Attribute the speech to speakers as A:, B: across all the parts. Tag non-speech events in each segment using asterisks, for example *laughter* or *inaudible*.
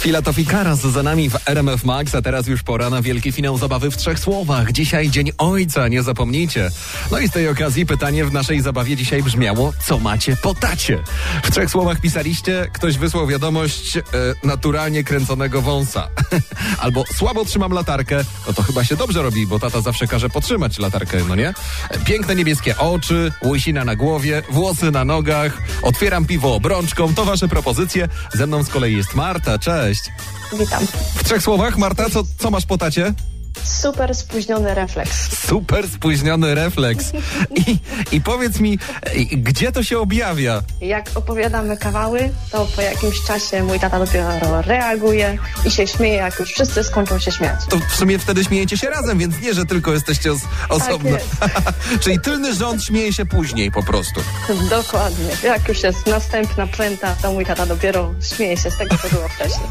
A: Filatov i Karas za nami w RMF Max, a teraz już pora na wielki finał zabawy w trzech słowach. Dzisiaj Dzień Ojca, nie zapomnijcie. No i z tej okazji pytanie w naszej zabawie dzisiaj brzmiało, co macie po tacie? W trzech słowach pisaliście, ktoś wysłał wiadomość e, naturalnie kręconego wąsa. *laughs* Albo słabo trzymam latarkę, no to chyba się dobrze robi, bo tata zawsze każe potrzymać latarkę, no nie? Piękne niebieskie oczy, łysina na głowie, włosy na nogach, otwieram piwo obrączką, to wasze propozycje. Ze mną z kolei jest Marta, cześć.
B: Witam.
A: W trzech słowach, Marta, co, co masz po tacie?
B: Super spóźniony refleks.
A: Super spóźniony refleks. I, I powiedz mi, e, gdzie to się objawia?
B: Jak opowiadamy kawały, to po jakimś czasie mój tata dopiero reaguje i się śmieje, jak już wszyscy skończą się śmiać.
A: To w sumie wtedy śmiejecie się razem, więc nie, że tylko jesteście os- osobno. *laughs* Czyli tylny rząd śmieje się później po prostu.
B: Dokładnie. Jak już jest następna pręta, to mój tata dopiero śmieje się z tego, co było wcześniej.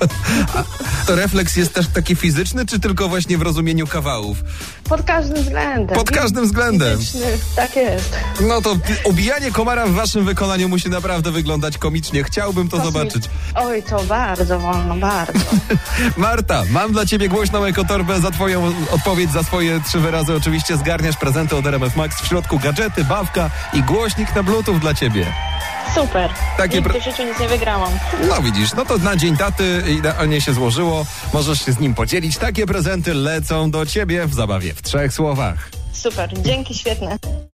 A: To refleks jest też taki fizyczny, czy tylko właśnie w rozumieniu kawałów?
B: Pod każdym względem.
A: Pod każdym względem.
B: Fizyczny, tak jest.
A: No to pi- ubijanie komara w waszym wykonaniu musi naprawdę wyglądać komicznie. Chciałbym to zobaczyć.
B: Oj, to bardzo wolno, bardzo.
A: Marta, mam dla ciebie głośną ekotorbę za twoją odpowiedź, za swoje trzy wyrazy. Oczywiście zgarniasz prezenty od RMF Max. W środku gadżety, bawka i głośnik na bluetooth dla ciebie.
B: Super.
A: Takie
B: Nigdy
A: pro-
B: w życiu nic nie wygrałam.
A: No widzisz, no to na dzień taty idealnie się złożyło. Możesz się z nim podzielić. Takie prezenty lecą do ciebie w zabawie w trzech słowach.
B: Super. Dzięki, świetne.